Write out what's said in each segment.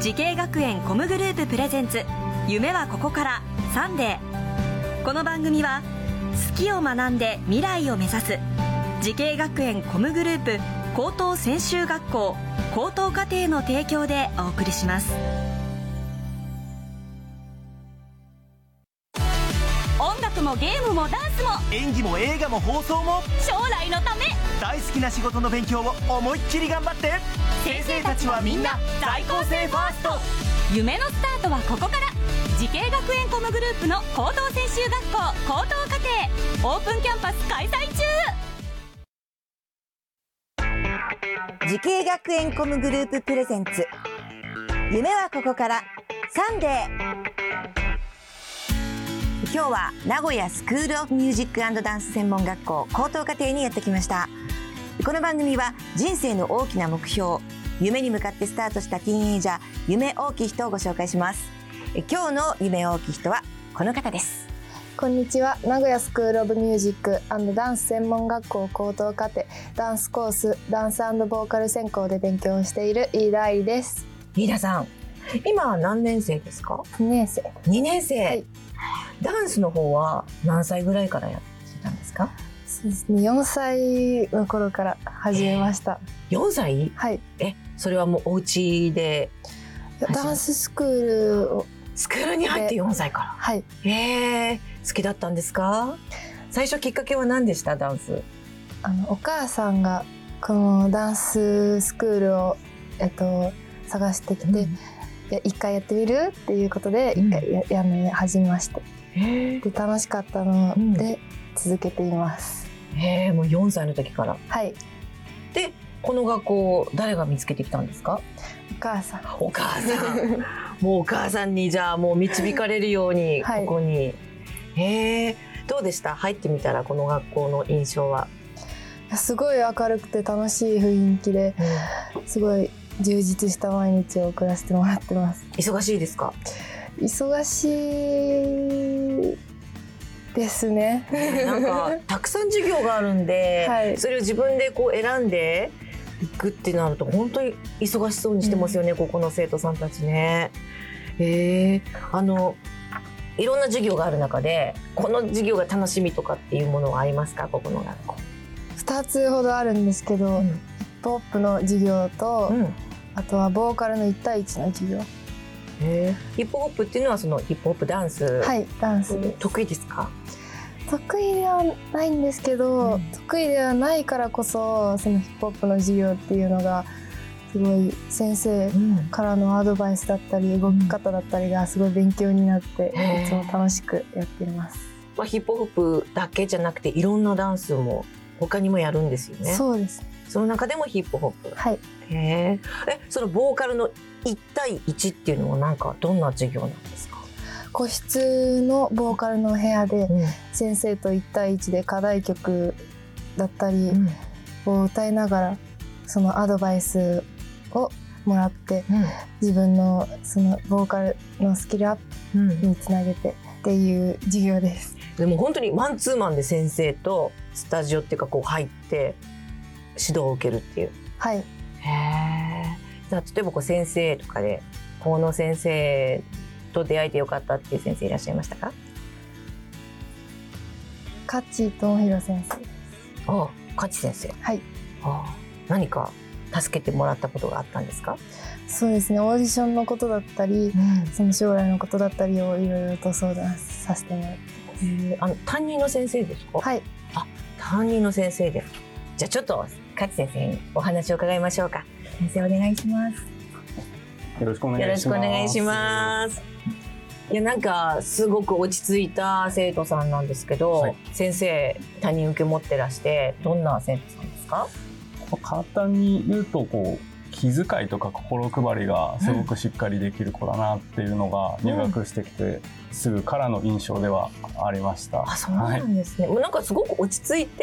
時系学園コムグループプレゼンツ夢はここからサンデーこの番組は好きを学んで未来を目指す時系学園コムグループ高等専修学校高等課程の提供でお送りします音楽もゲームもダンスも演技も映画も放送も将来のため大好きな仕事の勉強を思いっきり頑張って先生たちはみんな在校生ファースト夢のスタートはここから慈恵学園コムグループの高等専修学校高等課程オープンキャンパス開催中時系学園コムグループプレゼンツ夢はここからサンデー今日は名古屋スクールオブミュージックダンス専門学校高等課程にやってきましたこの番組は人生の大きな目標夢に向かってスタートしたティーンエイジャー夢大きい人をご紹介しますえ今日の夢大きい人はこの方ですこんにちは名古屋スクール・オブ・ミュージックダンス専門学校高等課程ダンスコースダンスボーカル専攻で勉強をしている飯田愛です飯田さん今は何年生ですか2年生2年生、はいダンスの方は何歳ぐらいからやってたんですかそうですね4歳の頃から始めました4歳はいえそれはもうお家でめたダンススクールをスクールに入って4歳かはいらへえ好きだったんですか最初きっかけは何でしたダンスあのお母さんがこのダンススクールを、えっと、探してきて、いや一回やってみるっていうことでうん一回や,、やめ始めましたへえで楽しかったのうんで続けています、へえもう4歳の時からはいでこの学校誰が見つけてきたんですかお母さんお母さん もうお母さんにじゃあもう導かれるようにはいここに、へえどうでした入ってみたらこの学校の印象は、すごい明るくて楽しい雰囲気でうんすごい充実した毎日を送らせてもらってます忙しいですか忙しいですねなんかたくさん授業があるんで、はいそれを自分でこう選んでいくってなると本当に忙しそうにしてますよね、ここの生徒さんたちね。へえあのいろんな授業がある中でこの授業が楽しみとかっていうものはありますかここの学校。 2つほどあるんですけど、うんポップの授業と、うんあとはボーカルの1対1の授業へえヒップホップっていうのはそのヒップホップダンス、はいダンスで得意ですか、得意ではないんですけど、うん得意ではないからこそそのヒップホップの授業っていうのがすごい先生ん、からのアドバイスだったり動き方だったりがすごい勉強になって、へーいつも楽しくやっています、まあヒップホップだけじゃなくていろんなダンスも他にもやるんですよね。そうですその中でもヒップホップ。はいへえ。え、そのボーカルの一対一っていうのはなんかどんな授業なんですか。個室のボーカルの部屋でうん。先生と1対1で課題曲だったりうん。を歌いながらそのアドバイスをもらって自分のそのボーカルのスキルアッうん。プにつなげてっていう授業ですでも本当にマンツーマンで先生とスタジオっていうかこう入って指導を受けるっていう。はいへえ。じゃあ例えばこう先生とかでこの先生と出会えてよかったっていう先生いらっしゃいましたか。カッチー智弘先生ああ、勝先生。はい。ああ、何か助けてもらったことがあったんですか。そうですねオーディションのことだったりその将来のことだったりをいろいろと相談させてもらってへえあの担任の先生ですか。はい担任の先生です。じゃあちょっと勝先生にお話を伺いましょうか。先生お願いします。よろしくお願いよしろましくすお願いします。いやなんかすごく落ち着いた生徒さんなんですけど、はい先生担任受け持ってらしてどんな生徒さんですか？簡単に言うとこう気遣いとか心配りがすごくしっかりできる子だなっていうのが入学してきてすぐからの印象ではありました、あそうなんですね。もうなんかすごく落ち着いて。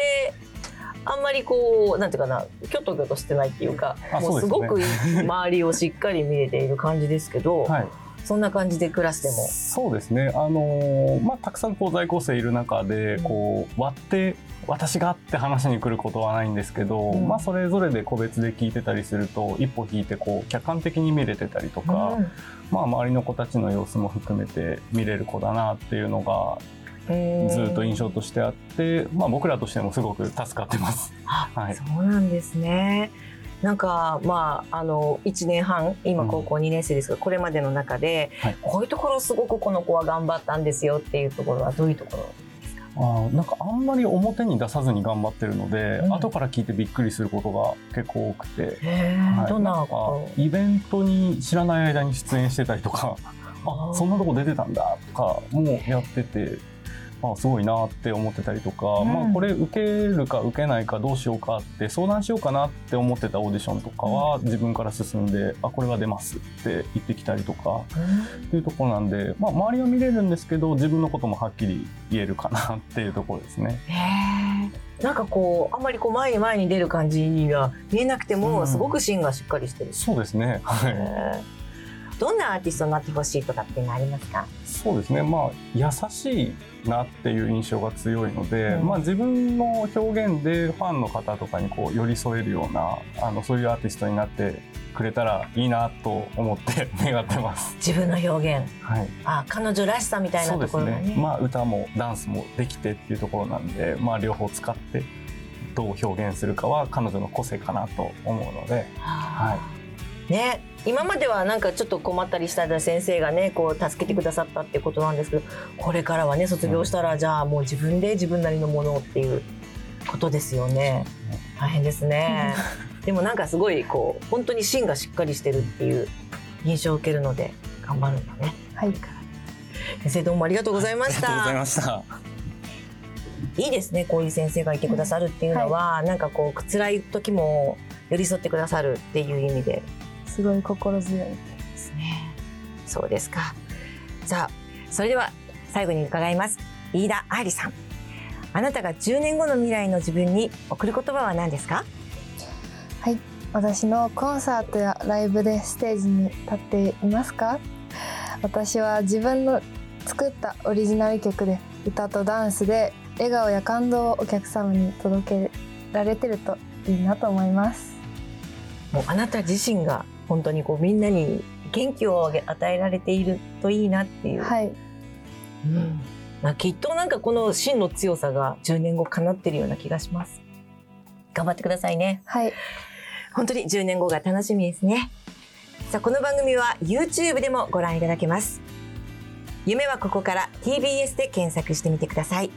あんまりこうなんていうかなきょときょとしてないっていうかあもうすそごうく周りをしっかり見れている感じですけど、はい、そんな感じでクラスでもそうですねあのーまあたくさんこう在校生いる中でうんこう割って私がって話に来ることはないんですけど、うんまあそれぞれで個別で聞いてたりすると一歩引いてこう客観的に見れてたりとか、うんまあ周りの子たちの様子も含めて見れる子だなっていうのがへーずっと印象としてあって、まあ、僕らとしてもすごく助かってます。はい、そうなんですね。なんかまああの1年半今うん高校2年生ですが、これまでの中で、はいこういうところすごくこの子は頑張ったんですよっていうところはどういうところあーなんかあんまり表に出さずに頑張ってるので、うん後から聞いてびっくりすることが結構多くて、はいどんななんこかイベントに知らない間に出演してたりとかあーあそんなとこ出てたんだとかもやってて。あすごいなって思ってたりとか、うんまあ、これ受けるか受けないかどうしようかって相談しようかなって思ってたオーディションとかは自分から進んであこれは出ますって言ってきたりとかと、っていうところなんで、まあ、周りは見れるんですけど自分のこともはっきり言えるかなっていうところですね。へーなんかこうあんまりこう前に前に出る感じが見えなくても、うんすごく芯がしっかりしてるし、そうですね、はい、へーどんなアーティストになってほしいとかっていうのありますか、そうですねまあ優しいなっていう印象が強いので、うんまあ、自分の表現でファンの方とかにこう寄り添えるようなあのそういうアーティストになってくれたらいいなと思って 願ってます。自分の表現はい、あ彼女らしさみたいなそうとでこすろがねね、まあ、歌もダンスもできてっていうところなんで、まあ、両方使ってどう表現するかは彼女の個性かなと思うので。はいね、今まではなんかちょっと困ったりしたら先生がねこう助けてくださったってことなんですけどこれからはね卒業したらじゃあもう自分で自分なりのものっていうことですよね大変です ねでもなんかすごいこう本当に芯がしっかりしてるっていう印象を受けるので頑張るんだねはい先生どうもありがとうございまありしがとうございたました。いいですねこういう先生がいてくださるっていうのは、なんかこう辛い時も寄り添ってくださるっていう意味ですごい心強いですね。そうですか。さあ、それでは最後に伺います。飯田愛理さん。あなたが10年後の未来の自分に送る言葉は何ですか私のコンサートやライブでステージに立っていますか私は自分の作ったオリジナル曲で歌とダンスで笑顔や感動をお客様に届けられてるといいなと思いますもうあなた自身が本当にこうみんなに元気を与えられているといいなっていう。はいうんまあ、きっとなんかこの真の強さが10年後かなってるような気がします。頑張ってくださいね。はい本当に10年後が楽しみですねさあこの番組は YouTube でもご覧いただけます夢はここから TBS で検索してみてください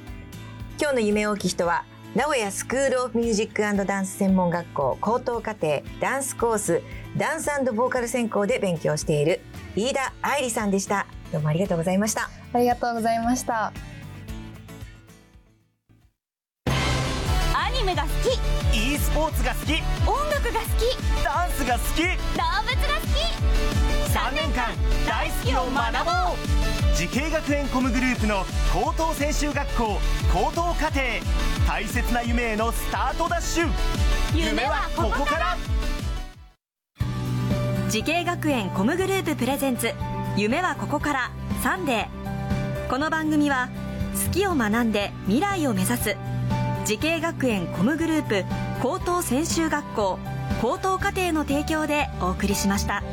今日の夢大きい人は名古屋スクールオブミュージックダンス専門学校高等課程ダンスコースダンスボーカル専攻で勉強している飯田愛理さんでしたどうもありがとうございましたありがとうございましたアニメが好き e スポーツが好き音楽が好きダンスが好き動物が好き3年間大好きを学ぼう慈恵学園コムグループの高等専修学校高等課程大切な夢へのスタートダッシュ夢はここから時系学園コムグループプレゼンツ夢はここからサンデーこの番組は好きを学んで未来を目指す時系学園コムグループ高等専修学校高等課程の提供でお送りしました。